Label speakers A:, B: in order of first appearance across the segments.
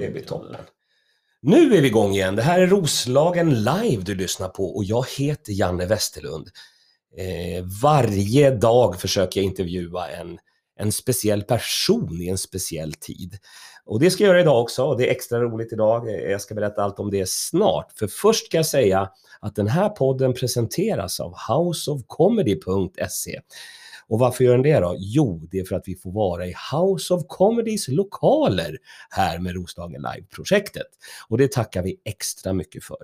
A: Det blir toppen. Nu är vi igång igen. Det här är Roslagen live du lyssnar på och jag heter Janne Westerlund. Eh, varje dag försöker jag intervjua en, en speciell person i en speciell tid. Och det ska jag göra idag också och det är extra roligt idag. Eh, Jag ska berätta allt om det snart. För först ska jag säga att den här podden presenteras av houseofcomedy.se. Och varför gör den det då? Jo, det är för att vi får vara i House of Comedys lokaler här med Roslagen Live-projektet. Och det tackar vi extra mycket för.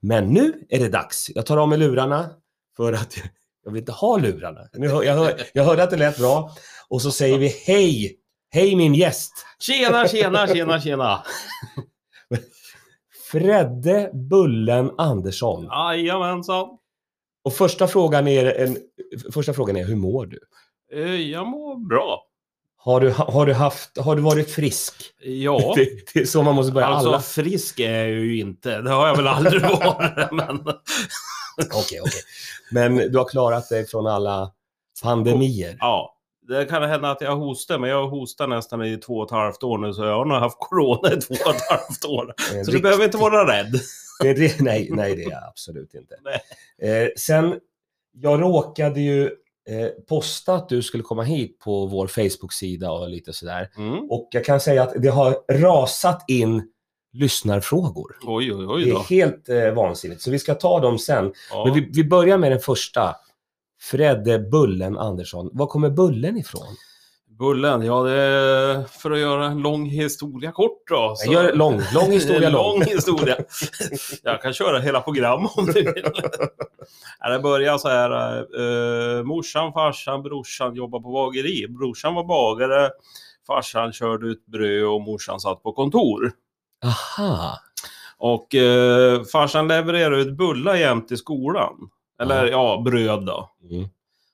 A: Men nu är det dags. Jag tar av mig lurarna för att jag vill inte ha lurarna. Nu hör, jag, hör, jag hörde att det lät bra och så säger vi hej! Hej min gäst!
B: Tjena, tjena, tjena, tjena!
A: Fredde Bullen Andersson.
B: Jajamensan!
A: Och första frågan, är en, första frågan är, hur mår du?
B: Eh, Jag mår bra.
A: Har du, har du, haft, har du varit frisk?
B: Ja,
A: Det, det är så man måste börja.
B: alltså
A: Alla
B: frisk är jag ju inte. Det har jag väl aldrig varit. Men...
A: Okej, okej. Men du har klarat dig från alla pandemier.
B: Ja, det kan hända att jag hostar, men jag hostar nästan i två och ett halvt år nu, så jag har nog haft corona i två och ett halvt år.
A: Eh,
B: Så du
A: rikt-
B: behöver inte vara rädd.
A: det, det, nej, nej, det är jag absolut inte.
B: Nej.
A: Eh, sen, jag råkade ju eh, posta att du skulle komma hit på vår Facebook-sida och lite sådär.
B: Mm.
A: Och jag kan säga att det har rasat in lyssnarfrågor.
B: Oj, oj,
A: Det
B: oj då.
A: är helt eh, vansinnigt, så vi ska ta dem sen. Men
B: Ja.
A: vi, vi börjar med den första. Fredde Bullen Andersson. Var kommer Bullen ifrån?
B: Bullen, ja det är för att göra en lång historia kort då.
A: Jag gör lång, lång historia lång.
B: lång historia. Jag kan köra hela program om du vill. Nej, Det börjar så här. Eh, morsan, farsan, brorsan jobbade på bageri. Brorsan var bagare. Farsan körde ut bröd och morsan satt på kontor.
A: Aha.
B: Och eh, farsan levererade ut bullar jämt till skolan. Eller ja, bröd då.
A: Mm.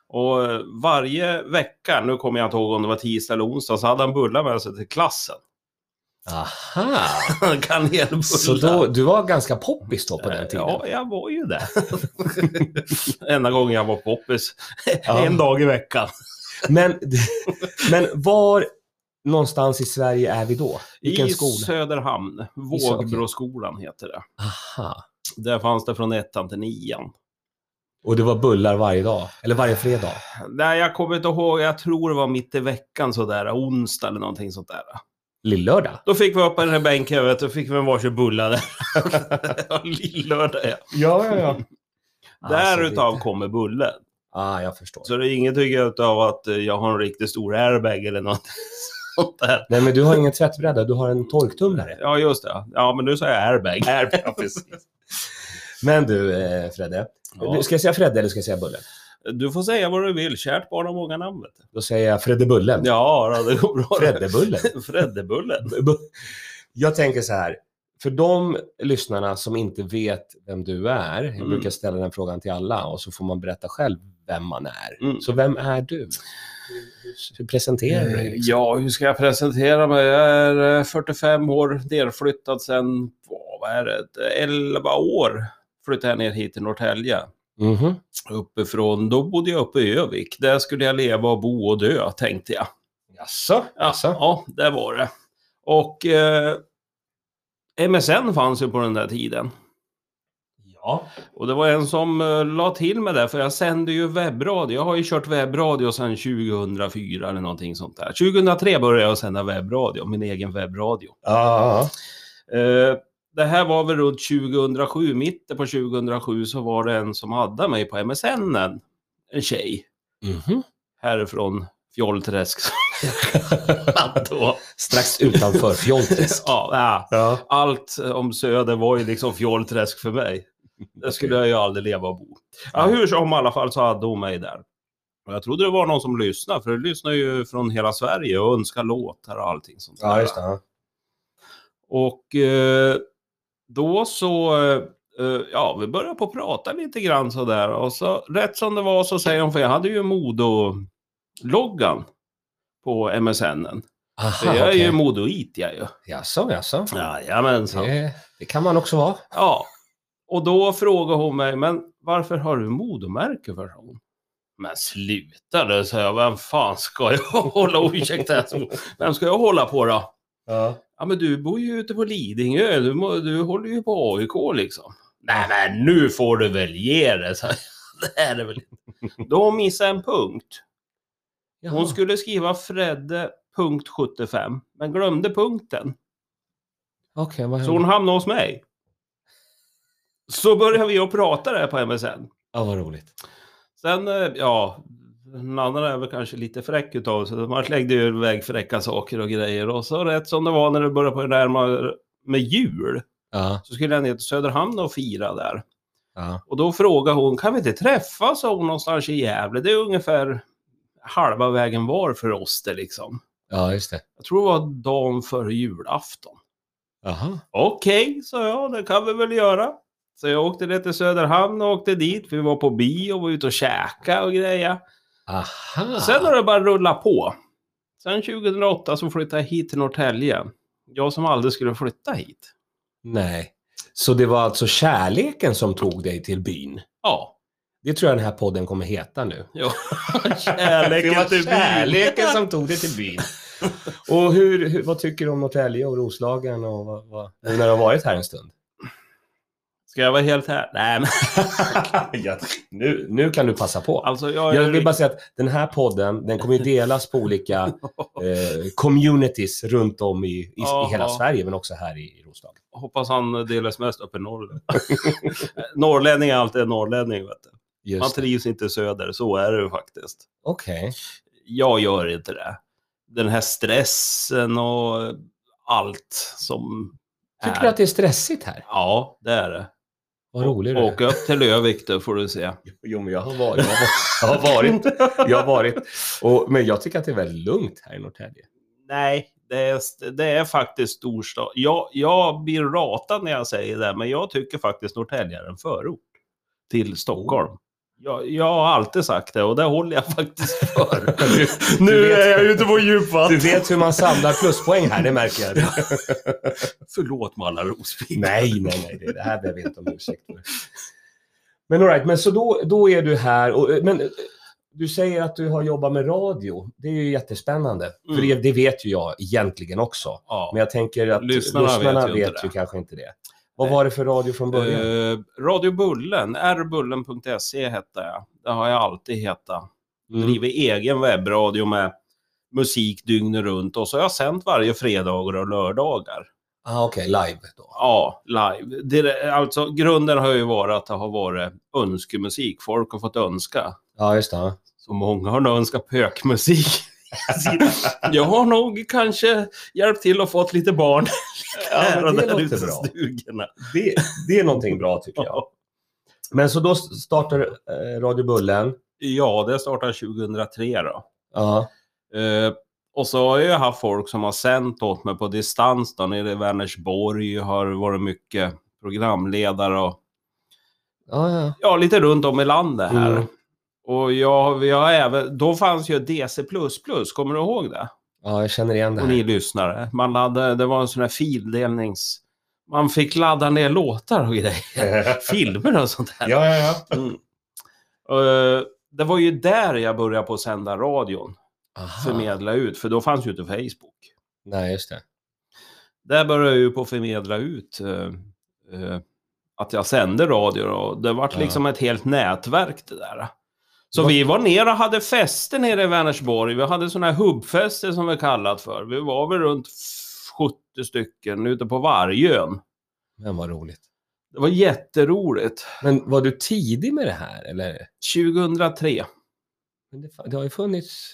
B: Och eh, varje vecka, nu kommer jag inte ihåg om det var tisdag eller onsdag, så hade han bullar med sig till klassen.
A: Aha.
B: Han kan hel bulla.
A: Så då, du var ganska poppis då på den tiden?
B: Eh, Ja, jag var ju det. Enda gången jag var poppis.
A: Ja.
B: En dag i veckan.
A: Men, men var någonstans i Sverige är vi då? Vilken
B: I
A: skola?
B: Söderhamn. Vågbråskolan heter det.
A: Aha.
B: Där fanns det från ettan till nian.
A: Och det var bullar varje dag? Eller varje fredag?
B: Nej, jag kommer inte ihåg. Jag tror det var mitt i veckan sådär. Onsdag eller någonting sånt där.
A: Lillördag?
B: Då fick vi upp den här bänken, vet du. fick vi en varsin bulla där. Ja, Lillördag, ja.
A: Ja, ja, ja.
B: Därutav kommer bullen.
A: Ah, jag förstår.
B: Så det är inget tycker jag utav att eh, jag har en riktigt stor airbag eller något sånt där.
A: Nej, men du har ingen tvättbräda, du har en torktumlare.
B: Ja, just det. Ja, men nu sa jag airbag. airbag
A: Men du, eh, Fredde.
B: ja.
A: Ska jag säga Fredde eller ska jag säga Bullen?
B: Du får säga vad du vill. Kärt barn har många namn. Vet du.
A: Då säger jag Fredde Bullen.
B: Ja, då, det går bra.
A: Fredde Bullen.
B: Freddebullen.
A: Bu- Jag tänker så här, för de lyssnarna som inte vet vem du är, jag
B: Mm.
A: brukar ställa den frågan till alla och så får man berätta själv vem man är.
B: Mm.
A: Så vem är du? Hur- Hur presenterar du dig? Liksom?
B: Ja, hur ska jag presentera mig? Jag är eh, 45 år, delflyttad sedan, åh, vad är det, 11 år flyttade jag ner hit till Norrtälje.
A: Mhm.
B: Uppifrån, då bodde jag uppe i Övik. Där skulle jag leva och bo och dö, tänkte jag.
A: Jaså?
B: Ja,
A: Jaså?
B: ja där var det. Och eh, MSN fanns ju på den där tiden.
A: Ja.
B: Och det var en som eh, la till med det, för jag sänder ju webbradio. Jag har ju kört webbradio sedan 2004 eller någonting sånt där. 2003 började jag sända webbradio, min egen webbradio.
A: Ja.
B: Eh, det här var väl runt 2007, mitten på 2007 så var det en som hade mig på MSN, en, en tjej
A: Mhm.
B: härifrån Fjollträsk. som jag kallade det då.
A: Strax utanför Fjollträsk.
B: ja, nej.
A: ja.
B: allt eh, om Söder var ju liksom fjollträsk för mig. Där skulle jag ju aldrig leva och bo. Ja, hur som i alla fall så hade hon mig där. Och jag trodde det var någon som lyssnade, för det lyssnar ju från hela Sverige och önskar låtar och allting sånt
A: Ja, just det. ja.
B: Och eh, då så, eh, ja, vi började på att prata lite grann sådär. Och så rätt som det var så säger hon, för jag hade ju Modo-loggan på MSN. -en. För
A: Aha,
B: jag är
A: Ah, okej.
B: ju Modo-it, jag ju.
A: Jaså, jaså.
B: Jajamensan.
A: Det, det kan man också vara.
B: Ja, och då frågade hon mig, men varför har du modomärke för hon? Men sluta nu, sa jag, vem fan ska jag hålla, ursäkta, jag svor. vem ska jag hålla på då?
A: Ja.
B: Ja, men du bor ju ute på Lidingö. Du, må- du håller ju på AIK liksom. Nej, men nu får du väl ge det. Så, det här är väl... De missade en punkt. Hon
A: Jaha.
B: skulle skriva Fredde punkt 75, men glömde punkten.
A: Okej, vad
B: Så hon
A: hände?
B: hamnade hos mig. Så började vi att prata där på MSN.
A: Ja, vad roligt.
B: Sen, eh, ja, den andra är väl kanske lite fräck utav sig. Man slängde ju iväg fräcka saker och grejer. Och så rätt som det var när det började på det där med, med jul,
A: Ja,
B: så skulle jag ner till Söderhamn och fira där.
A: ja.
B: Och då frågade hon, kan vi inte träffas sa hon någonstans i Gävle? Det är ungefär halva vägen var för oss det liksom.
A: ja just det.
B: Jag tror det var dagen före julafton.
A: Jaha.
B: Okej, sa jag, det kan vi väl göra. Så jag åkte ner till Söderhamn och åkte dit. Vi var på bio och var ute och käka och grejer.
A: Aha.
B: Sen har det bara rullat på. Sen 2008 så flyttade jag hit till Norrtälje. Jag som aldrig skulle flytta hit.
A: Nej. Så det var alltså kärleken som tog dig till byn?
B: Ja.
A: Det tror jag den här podden kommer heta nu.
B: Jo.
A: det var
B: till byn.
A: kärleken som tog dig till byn. Och hur, hur, vad tycker du om Norrtälje och Roslagen och vad, vad, nu när du har varit här en stund?
B: Ska jag vara helt här? Nej, men
A: ja, nu, nu kan du passa på.
B: alltså jag...
A: Jag vill bara säga att den här podden, den kommer ju delas på olika eh, communities runt om i, i, i hela
B: Ja.
A: Sverige, men också här i, i Roslagen.
B: Hoppas han delas mest uppe i Norrland. norrlänning är alltid en norrlänning, vet du. Man
A: Just det.
B: trivs inte söder, så är det ju faktiskt.
A: Okej.
B: jag gör inte det. Den här stressen och allt som
A: Tycker
B: är.
A: du att det är stressigt här?
B: Ja, det är det.
A: Vad rolig du är.
B: Åk upp till Lövik då får du se.
A: Jo, men jag har varit. Jag har varit. Jag har varit. Och, men jag tycker att det är väldigt lugnt här i Norrtälje.
B: Nej, det är, det är faktiskt storstad. Jag, jag blir ratad när jag säger det, men jag tycker faktiskt Norrtälje är en förort till Stockholm. Jag, jag har alltid sagt det och det håller jag faktiskt för.
A: du
B: nu
A: vet-
B: är jag ute på djupvatten.
A: Du vet hur man samlar pluspoäng här, det märker jag.
B: Förlåt med alla rospigor.
A: Nej, nej, nej, det, det här behöver jag inte om ursäkt för. Men all right, men så då, då är du här. Och, eh, men eh, du säger att du har jobbat med radio. Det är ju jättespännande. För
B: Mm.
A: det, det vet ju jag egentligen också.
B: Ja.
A: Men jag tänker att lyssnarna,
B: Lyssnarna vet ju
A: vet,
B: inte det.
A: ju kanske inte det. Vad var det för radio från början?
B: Eh, Radio Bullen, rbullen.se hette jag. Det har jag alltid hetat.
A: Mm.
B: Drivit egen webbradio med musik dygnet runt och så har jag sänt varje fredagar och lördagar.
A: Ah, Okej, live då.
B: Ja, live. Det, är- alltså, grunden har ju varit att det har varit önskemusik. Folk har fått önska.
A: Ja, just det. ja.
B: Så många har nog önskat pökmusik. jag har nog kanske hjälpt till och fått lite barn
A: Ja, men det
B: där
A: låter
B: ute i
A: bra.
B: stugorna.
A: Det, det är någonting bra tycker jag.
B: Ja.
A: Men så då startar eh, Radio Bullen.
B: ja, det startade 2003 då.
A: Ja.
B: Eh, och så har jag ju haft folk som har sänt åt mig på distans då, nere i Vänersborg har varit mycket programledare och
A: Ja, ja.
B: ja, lite runt om i landet här.
A: Mm.
B: Och jag, jag har även, då fanns ju DC++, kommer du ihåg det?
A: ja, jag känner igen det
B: Och ni
A: här.
B: lyssnare. Man laddade, det var en sån här fildelnings... Man fick ladda ner låtar och grejer. Filmer och sånt där.
A: ja, ja.
B: Mm. Eh, det var ju där jag började på att sända radion,
A: Aha.
B: förmedla ut, för då fanns ju inte Facebook.
A: Nej, just det.
B: där började jag ju på att förmedla ut eh, eh, att jag sände radio och det vart
A: Ja.
B: liksom ett helt nätverk det där. Så
A: Vad-
B: vi var nere och hade fester nere i Vänersborg. Vi hade sådana här hubbfester som vi kallat för. Vi var väl runt 70 stycken ute på Vargön.
A: Men vad roligt.
B: Det var jätteroligt.
A: Men var du tidig med det här eller?
B: 2003.
A: Men det, fa- det har ju funnits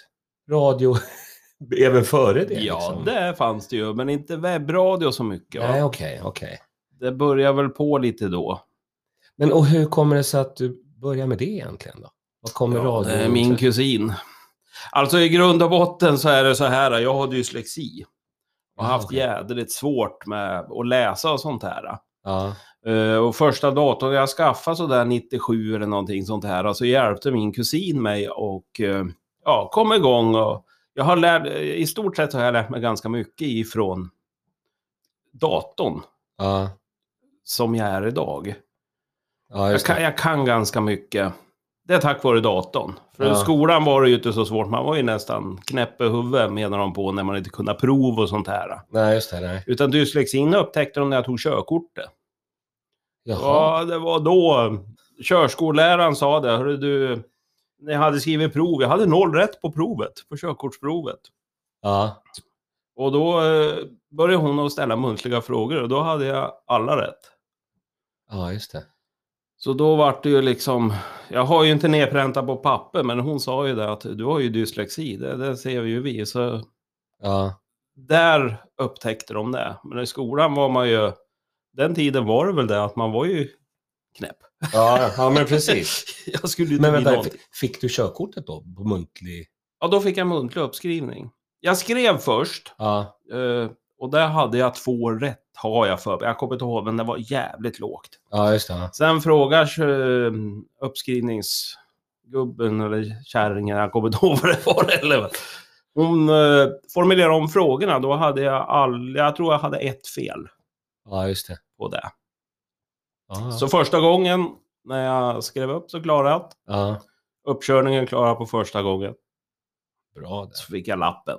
A: radio även före det.
B: Ja,
A: liksom.
B: det fanns det ju, men inte webbradio så mycket.
A: Nej,
B: Va?
A: okej, okej.
B: Det började väl på lite då.
A: Men och hur kommer det sig att du börjar med det egentligen då? Vad kommer
B: Ja,
A: radio?
B: det är min kusin. Alltså i grund och botten så är det så här, jag har dyslexi. Och har
A: Ah,
B: haft
A: okej.
B: jädrigt svårt med att läsa och sånt här.
A: Ja,
B: Eh, och första datorn jag skaffade sådär 97 eller någonting sånt här, så hjälpte min kusin mig och eh, ja, kom igång. Och jag har lärt, I stort sett har jag lärt mig ganska mycket ifrån datorn
A: ja,
B: som jag är idag.
A: ja
B: Jag
A: just
B: kan,
A: det.
B: jag kan ganska mycket. Det är tack vare datorn. För
A: Ja.
B: i skolan var det ju inte så svårt. Man var ju nästan knäpp i huvudet menar de på när man inte kunde prov och sånt här.
A: Nej, just det. Nej.
B: Utan dyslexin upptäckte de när jag tog körkortet.
A: Jaha.
B: Ja, det var då körskolläraren sa det. Hörru du, när jag hade skrivit prov, jag hade noll rätt på provet, på körkortsprovet.
A: Ja.
B: Och då eh, började hon att ställa muntliga frågor och då hade jag alla rätt.
A: ja, just det.
B: Så då vart det ju liksom, jag har ju inte nedpräntat på papper, men hon sa ju det att du har ju dyslexi, det, det ser ju vi. Så
A: Ja.
B: där upptäckte de det. Men i skolan var man ju, den tiden var det väl det att man var ju knäpp.
A: Ja, ja, men precis.
B: Jag skulle ju inte
A: Men
B: bli
A: vänta,
B: någonting.
A: f- fick du körkortet då på muntlig?
B: Ja, då fick jag muntlig uppskrivning. Jag skrev först
A: Ja,
B: eh, och där hade jag två rätt har jag för mig. Jag kommer inte ihåg, men det var jävligt lågt.
A: ja just det. ja.
B: Sen frågar eh, uppskrivningsgubben eller kärringen, jag kommer inte ihåg vad det var. Eller, hon eh, formulerade om frågorna, då hade jag all, jag tror jag hade ett fel
A: Ja, just det.
B: på det.
A: Ja,
B: Så första gången när jag skrev upp så klarade jag det.
A: ja.
B: Uppkörningen klarade jag på första gången.
A: bra där.
B: Så fick jag lappen.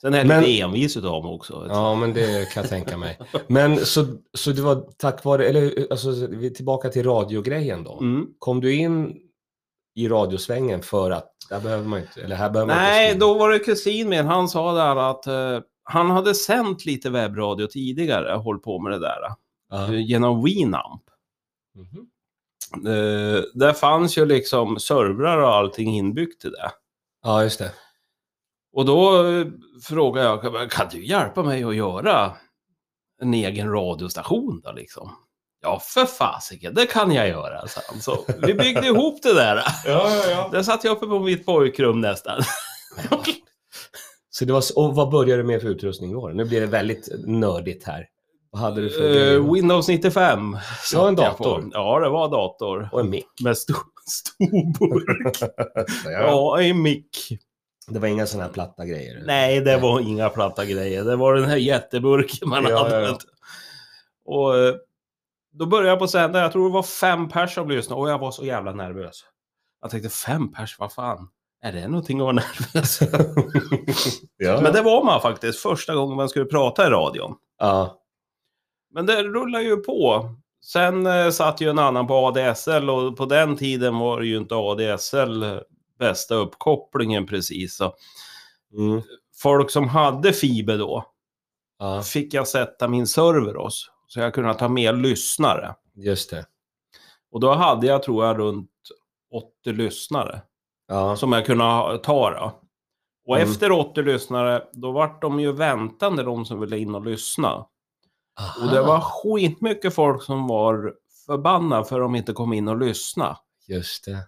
B: Sen är jag
A: Men-
B: lite envis utav mig också.
A: Ja, men det kan jag tänka mig. Men så, så det var tack vare, eller alltså, vi är tillbaka till radiogrejen då.
B: Mm.
A: Kom du in i radiosvängen för att, där behöver man inte, eller här behöver man
B: Nej,
A: inte skriva.
B: då var det kusin min. Han sa där att eh, han hade sänt lite webbradio tidigare, håll på med det där. eh,
A: Ja.
B: Genom Winamp.
A: Mhm.
B: Eh, där fanns ju liksom servrar och allting inbyggt i det.
A: ja, just det.
B: Och då eh, frågade jag, "Kan- kan du hjälpa mig att göra en egen radiostation då liksom? Ja, för fasiken, det kan jag göra, sa han. Så vi byggde ihop det där.
A: Ja, ja, ja.
B: Där satt jag uppe på mitt pojkrum nästan.
A: Så det var, så- och vad började du med för utrustning då? Nu blir det väldigt nördigt här. Vad hade du för
B: Eh,
A: grejer?
B: Windows 95.
A: Ja, en
B: satt jag på.
A: dator.
B: Ja, det var dator.
A: Och en mick.
B: Med stor, stor burk.
A: Ja.
B: Ja, en mick.
A: Det var inga sådana här platta grejer?
B: Nej, det var inga platta grejer. Det var den här jätteburken man
A: Ja,
B: hade.
A: ja, ja.
B: Och eh, då började jag på att sända. Jag tror det var fem pers som lyssnade och jag var så jävla nervös. Jag tänkte fem pers, vad fan. Är det någonting att vara nervös
A: Ja.
B: Men det var man faktiskt första gången man skulle prata i radion.
A: ja.
B: Men det rullar ju på. Sen eh, satt ju en annan på ADSL och på den tiden var det ju inte ADSL bästa uppkopplingen precis. Så
A: Mm.
B: folk som hade fiber då
A: ja,
B: fick jag sätta min server hos. Så jag kunde ta med lyssnare.
A: just det.
B: Och då hade jag tror jag runt 80 lyssnare
A: Ja.
B: som jag kunde ha- ta då. Och
A: Mm.
B: efter 80 lyssnare, då vart de ju väntande de som ville in och lyssna. Och det
A: Aha,
B: var skitmycket folk som var förbannade för de inte kom in och lyssna.
A: Just det.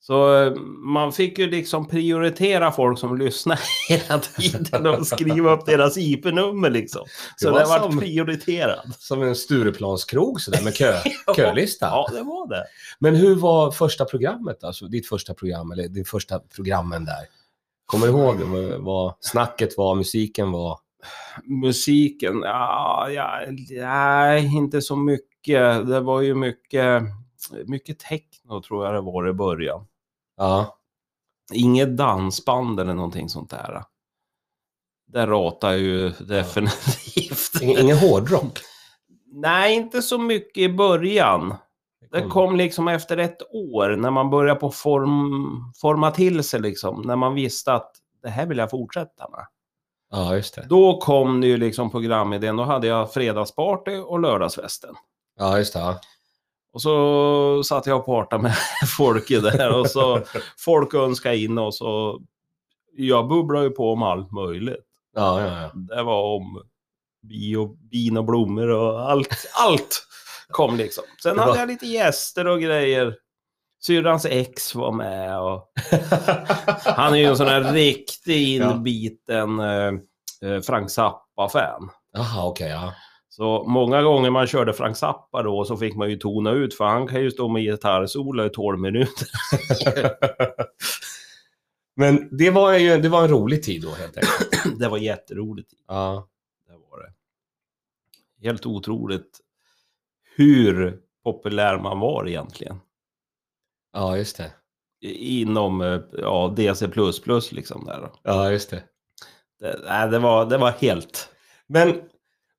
B: Så eh, man fick ju liksom prioritera folk som lyssnade hela tiden och skriva upp deras IP-nummer liksom. Så
A: Det
B: det
A: var
B: var,
A: som-
B: prioriterat.
A: Som en Stureplanskrog sådär med kö, kölista.
B: Ja, det var det.
A: Men hur var första programmet? Alltså ditt första program, eller din första programmen där? Kommer du ihåg vad- vad snacket var, musiken var?
B: Musiken, ja, ja, nej, inte så mycket. Det var ju mycket, mycket techno tror jag det var i början.
A: Ja,
B: Inget dansband eller någonting sånt där. Det ratar jag ju definitivt.
A: ingen, ingen hårdrock?
B: Nej, inte så mycket i början. Det kom liksom efter ett år när man började på form, forma till sig liksom. När man visste att det här vill jag fortsätta med.
A: Ja, just det.
B: Då kom det ju liksom programidén. Då hade jag fredagsparty och lördagsfesten.
A: Ja, just det. Ja.
B: Och så satt jag och partade med folk i där och så folk önskade in och så jag bubblade ju på om allt möjligt.
A: Ja, ja, ja.
B: Det var om bio, bin och blommor och allt, allt kom liksom. Sen
A: Det var-
B: hade jag lite gäster och grejer. Syrrans ex var med och han är ju en sån här riktig
A: Ja.
B: inbiten eh, eh, Frank Zappa-fan.
A: Jaha, okej. ja.
B: Så många gånger man körde Frank Zappa då så fick man ju tona ut för han kan ju stå med gitarrsolo i 12 minuter.
A: Men det var, ju, det var en rolig tid då helt enkelt.
B: Det var jätteroligt.
A: Ja,
B: Det var det. Helt otroligt hur populär man var egentligen.
A: Ja, just det.
B: inom eh, ja, DC++ liksom där. då.
A: Ja, just det.
B: Det, nej, det, var, det var helt...
A: Men,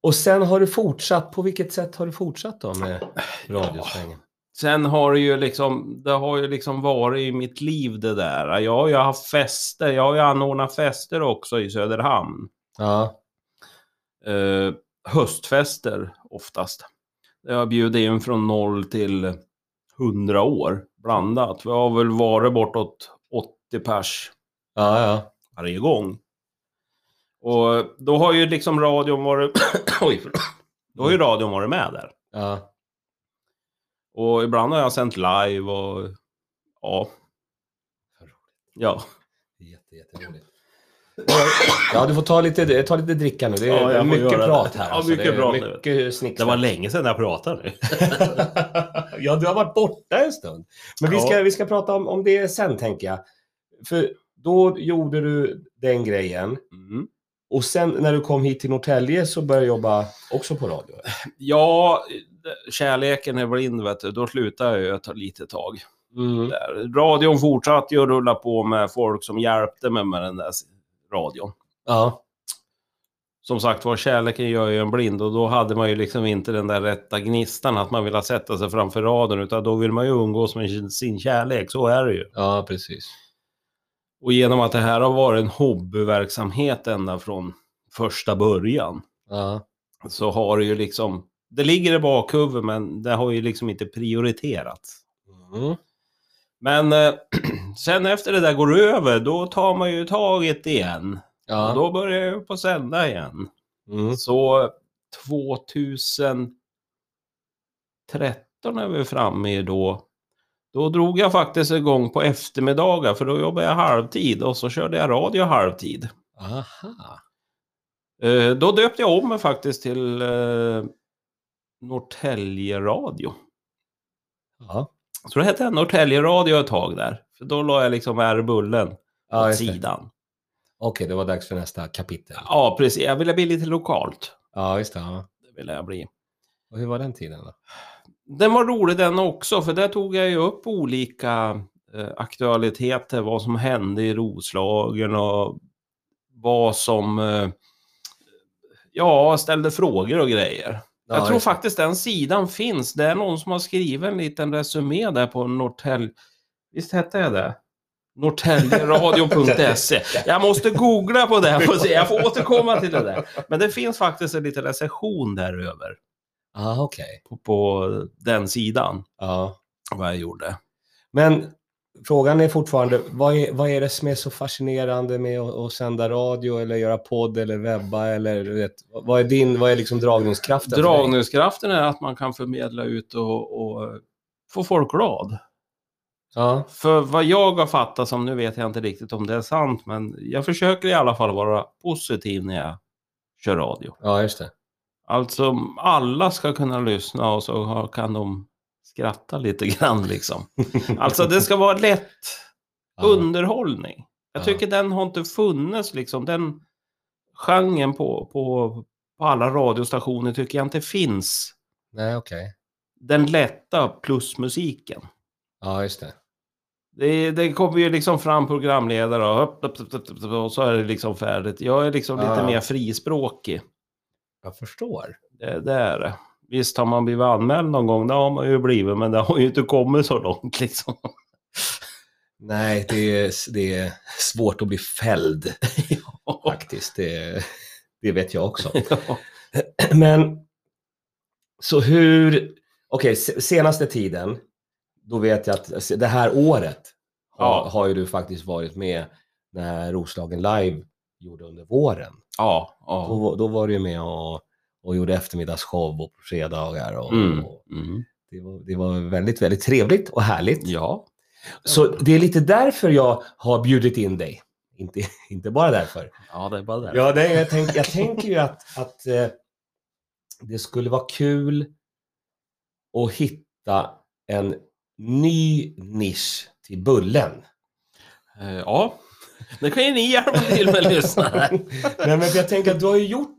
A: och sen har du fortsatt, på vilket sätt har du fortsatt då med radiosvängen?
B: Sen har det ju liksom, det har ju liksom varit i mitt liv det där. Jag har ju haft fester, jag har ju anordnat fester också i Söderhamn.
A: Ja,
B: Eh, höstfester oftast. Jag har bjudit in från noll till 100 år blandat. Vi har väl varit bortåt 80 pers
A: ja, ja.
B: varje gång. Och då har ju liksom radion varit... Oj, förlåt. Då har ju radion varit med där.
A: ja.
B: Och ibland har jag sänt live och ja. Ja,
A: Jätte, jätteroligt. Ja, du får ta lite, ta lite dricka nu. Det är
B: Ja, jag får
A: mycket
B: göra det.
A: prat här.
B: Ja,
A: alltså.
B: mycket
A: det är
B: prat nu.
A: Mycket snick.
B: det var länge sedan jag pratade nu.
A: ja, du har varit borta en stund. Men vi,
B: Ja.
A: ska, vi ska prata om, om det sen, tänker jag. För då gjorde du den grejen.
B: Mm.
A: Och sen när du kom hit till Norrtälje så började jag jobba också på radio.
B: Ja, kärleken är blind vet du. Då slutade jag ju ett litet tag.
A: Mm.
B: Där. Radion fortsatte ju att rulla på med folk som hjälpte mig med den där s- radion.
A: Ja,
B: Som sagt var, kärleken gör ju en blind och då hade man ju liksom inte den där rätta gnistan att man ville sätta sig framför radion utan då vill man ju umgås med sin- sin kärlek, så är det ju.
A: ja precis.
B: Och genom att det här har varit en hobbyverksamhet ända från första början
A: Ja,
B: så har det ju liksom, det ligger i bakhuvudet men det har ju liksom inte prioriterats.
A: mm.
B: Men eh, sen efter det där går över, då tar man ju taget igen. Och
A: ja.
B: då börjar jag ju på sända igen.
A: Mm.
B: Så 2013 är vi framme i då. Då drog jag faktiskt igång på eftermiddagar för då jobbade jag halvtid och så körde jag radio halvtid.
A: Aha.
B: Eh, då döpte jag om mig faktiskt till eh, Norrtälje radio.
A: Ja,
B: Så då hette jag Norrtälje radio ett tag där. För då la jag liksom R-bullen
A: ja
B: åt
A: just det.
B: sidan.
A: Okej, det var dags för nästa kapitel.
B: Ja, precis. Jag ville bli lite lokalt.
A: Ja, just det. Ja.
B: Det ville jag bli.
A: Och hur var den tiden då?
B: Den var rolig den också, för där tog jag ju upp olika eh, aktualiteter, vad som hände i Roslagen och vad som... Eh, ja, ställde frågor och grejer.
A: Ja,
B: jag tror
A: just det.
B: faktiskt den sidan finns. Det är någon som har skrivit en liten resumé där på Norrtälje... Visst hette jag det? Norrtäljeradio.se. E. Jag måste googla på det här och se. Jag får återkomma till det där. Men det finns faktiskt en liten recension där över
A: Ah, okej.
B: på, på den sidan
A: Ja.
B: vad jag gjorde.
A: Men frågan är fortfarande, vad är, vad är det som är så fascinerande med att, att sända radio eller göra podd eller webba eller du vet, vad är din, vad är liksom dragningskraften? för dig?
B: Dragningskraften är att man kan förmedla ut och, och få folk glad.
A: Ja,
B: För vad jag har fattat som, nu vet jag inte riktigt om det är sant, men jag försöker i alla fall vara positiv när jag kör radio.
A: ja just det.
B: Alltså alla ska kunna lyssna och så har- kan de skratta lite grann liksom. Alltså det ska vara lätt
A: Ja.
B: underhållning. Jag
A: Ja.
B: tycker den har inte funnits liksom. Den genren på, på, på alla radiostationer tycker jag inte finns.
A: Nej, okej.
B: Den lätta plus musiken.
A: Ja, just det.
B: Det, det kommer ju liksom fram programledare och, upp, upp, upp, upp, upp, och så är det liksom färdigt. Jag är liksom lite
A: Ja.
B: mer frispråkig.
A: Jag förstår.
B: Det, det är det. Visst har man blivit anmäld någon gång, det har man ju blivit, men det har ju inte kommit så långt liksom.
A: Nej, det är, det är svårt att bli fälld faktiskt. Det, det vet jag också. Men så hur, okej, se- senaste tiden, då vet jag att se- det här året har,
B: Ja.
A: har ju du faktiskt varit med när Roslagen Live gjorde under våren.
B: ja, ja.
A: Då, då var du ju med och, och gjorde eftermiddagsshow och på fredagar. Och,
B: Mm.
A: och
B: Mm.
A: det, var, det var väldigt, väldigt trevligt och härligt.
B: Ja.
A: Så det är lite därför jag har bjudit in dig. Inte, inte bara därför.
B: ja, det är bara det.
A: Ja, det, jag, tänk, jag tänker ju att, att eh, det skulle vara kul att hitta en ny nisch till Bullen.
B: Eh, Ja, det kan ju ni hjälpa till med lyssnare.
A: Nej, men för jag tänker att du har ju gjort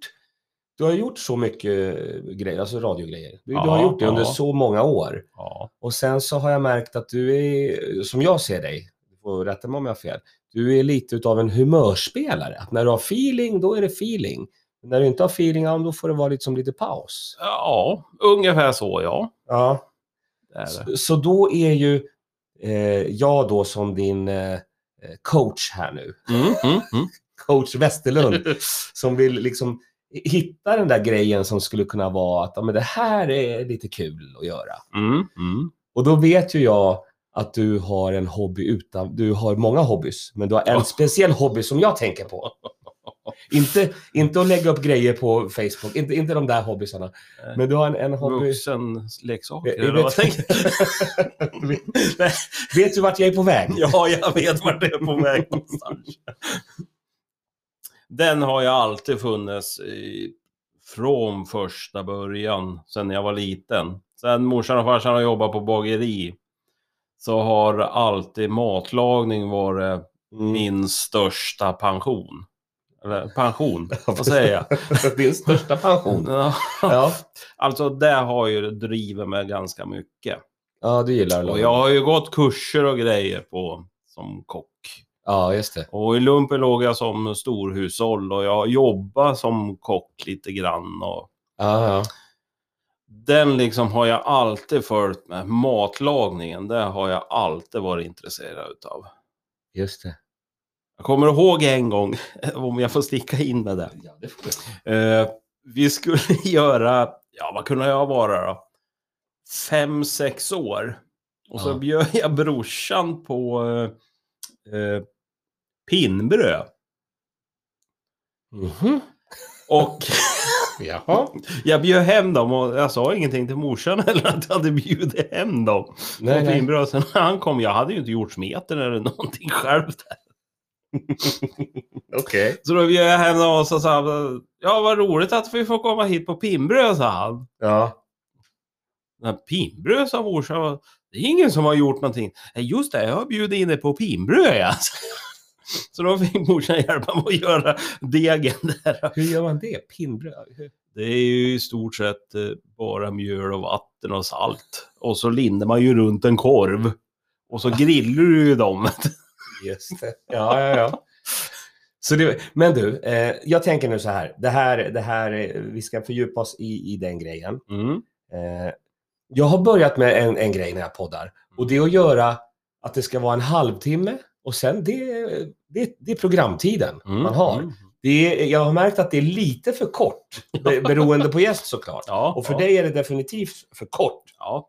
A: Du har gjort så mycket grejer, alltså radiogrejer. Du, du
B: Ja,
A: har gjort det under
B: ja.
A: så många år.
B: Ja.
A: Och sen så har jag märkt att du är, som jag ser dig, du får rätta mig om jag har fel, du är lite utav en humörspelare. Att när du har feeling, då är det feeling. Men när du inte har feeling, ja, då får det vara lite som lite paus.
B: ja, ungefär så ja.
A: Ja.
B: Det är det.
A: Så, så då är ju eh, jag då som din eh, coach här nu,
B: Mm, mm, mm.
A: coach Westerlund, som vill liksom hitta den där grejen som skulle kunna vara att ja, men det här är lite kul att göra.
B: Mm, mm.
A: Och då vet ju jag att du har en hobby utan... Du har många hobbys, men du har en
B: Ja.
A: speciell hobby som jag tänker på. Inte, inte att lägga upp grejer på Facebook, inte, inte de där hobbysarna.
B: Nej.
A: Men du har en, en hobby...
B: Vuxenleksaker
A: Jag- jag
B: eller vad
A: vet-
B: tänker du? Nej,
A: Vet du vart jag är på väg?
B: Ja, jag vet vart det är på väg någonstans. Den har jag alltid funnits i, från första början, sen jag var liten. Sen morsan och farsan har jobbat på bageri så har alltid matlagning varit min största pension. Eller pension, vad säger jag?
A: Din största pension.
B: Ja,
A: Ja.
B: Alltså det har ju drivit mig ganska mycket.
A: ja, du gillar att
B: Och
A: laga.
B: jag har ju gått kurser och grejer på som kock.
A: Ja, just det.
B: Och i lumpen låg jag som storhushåll och jag jobbade som kock lite grann. Och
A: Ja, ja.
B: den liksom har jag alltid följt med. Matlagningen, det har jag alltid varit intresserad utav.
A: Just det.
B: Jag kommer ihåg en gång, om jag får sticka in med det.
A: Ja, det får du.
B: Eh, vi skulle göra, ja vad kunde jag vara då? Fem, sex år. Och så
A: Ja.
B: bjöd jag brorsan på eh, eh, pinnbröd.
A: Mhm.
B: Och
A: Jaha.
B: jag bjöd hem dem och jag sa ingenting till morsan eller att jag hade bjudit hem dem.
A: Nej,
B: och
A: nej.
B: finbröd. Sen när han kom, jag hade ju inte gjort smeten eller någonting själv.
A: Okej.
B: Så då bjöd jag hem dem och så sa han, ja vad roligt att vi får komma hit på pinnbröd, sa han.
A: Ja.
B: Men Pinbröd sa morsan. Det är ingen som har gjort någonting. Nej, just det, jag har bjudit in dig på pinbröd. Ja. Så då fick morsan hjälpa mig att göra degen där.
A: Hur gör man det? Pinnbröd? Hur-
B: Det är ju i stort sett eh, bara mjöl och vatten och salt. Och så lindar man ju runt en korv. Och så grillar du ju dem.
A: Just det. Ja, ja, ja. Så det, men du, eh, jag tänker nu så här. Det här, det här eh, vi ska fördjupa oss i, i den grejen.
B: Mm.
A: Eh, jag har börjat med en, en grej när jag poddar. Och det är att göra att det ska vara en halvtimme och sen det, det, det är programtiden
B: Mm.
A: man har.
B: Mm.
A: Det är, jag har märkt att det är lite för kort, be- beroende på gäst såklart.
B: Ja,
A: Och för
B: ja,
A: dig är det definitivt för kort.
B: Ja,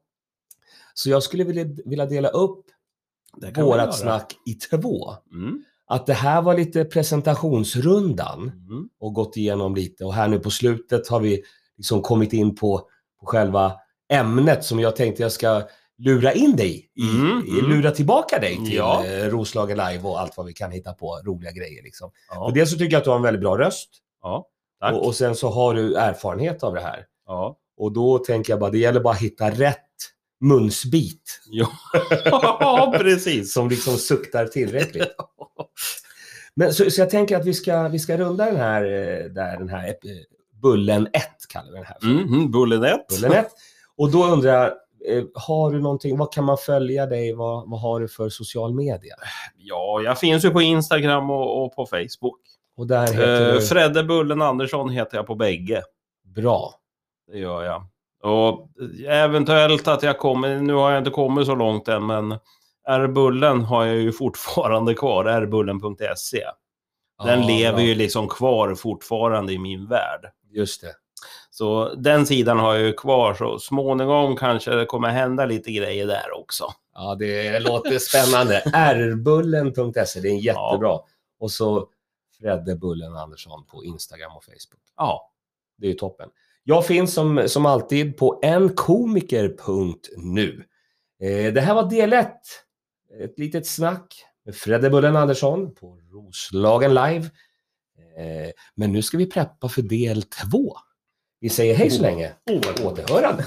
A: Så jag skulle vilja, vilja dela upp
B: det kan man göra.
A: vårat snack i två
B: Mm.
A: att det här var lite presentationsrundan
B: Mm.
A: och gått igenom lite och här nu på slutet har vi liksom kommit in på, på själva ämnet som jag tänkte jag ska lura in dig i,
B: Mm,
A: i-
B: mm.
A: lura tillbaka dig till
B: Ja.
A: eh, Roslagen Live och allt vad vi kan hitta på, roliga grejer liksom.
B: Ja,
A: Och dels så tycker jag att du har en väldigt bra röst
B: ja, tack.
A: och, och sen så har du erfarenhet av det här.
B: Ja.
A: Och då tänker jag bara, det gäller bara att hitta rätt munsbit
B: ja, precis.
A: som liksom suktar tillräckligt. Men, så, så jag tänker att vi ska, vi ska runda den här, eh, där, den här ep- eh, Bullen 1, kallar vi den här för.
B: Mm, bullen ett.
A: Bullen 1. Och då undrar jag, eh, har du någonting, vad kan man följa dig, vad, vad har du för social media?
B: Ja, jag finns ju på Instagram och, och på Facebook.
A: Och där heter
B: Eh,
A: du...
B: Fredde Bullen Andersson heter jag på bägge.
A: Bra.
B: Det gör jag. Och eventuellt att jag kommer, nu har jag inte kommit så långt än, men R-Bullen har jag ju fortfarande kvar, rbullen.se. Den
A: Ja,
B: lever
A: bra.
B: ju liksom kvar fortfarande i min värld.
A: Just det.
B: Så den sidan har jag ju kvar, så småningom kanske det kommer hända lite grejer där också.
A: Ja, det låter spännande. Rbullen.se, E, det är jättebra. Och så Fredde Bullen Andersson på Instagram och Facebook.
B: Ja,
A: Det är ju toppen. Jag finns som, som alltid på enkomiker.nu. Eh, det här var del ett. Ett litet snack med Fredde Bullen Andersson på Roslagen Live. Eh, men nu ska vi preppa för del två. Vi säger hej så länge. På återhörande.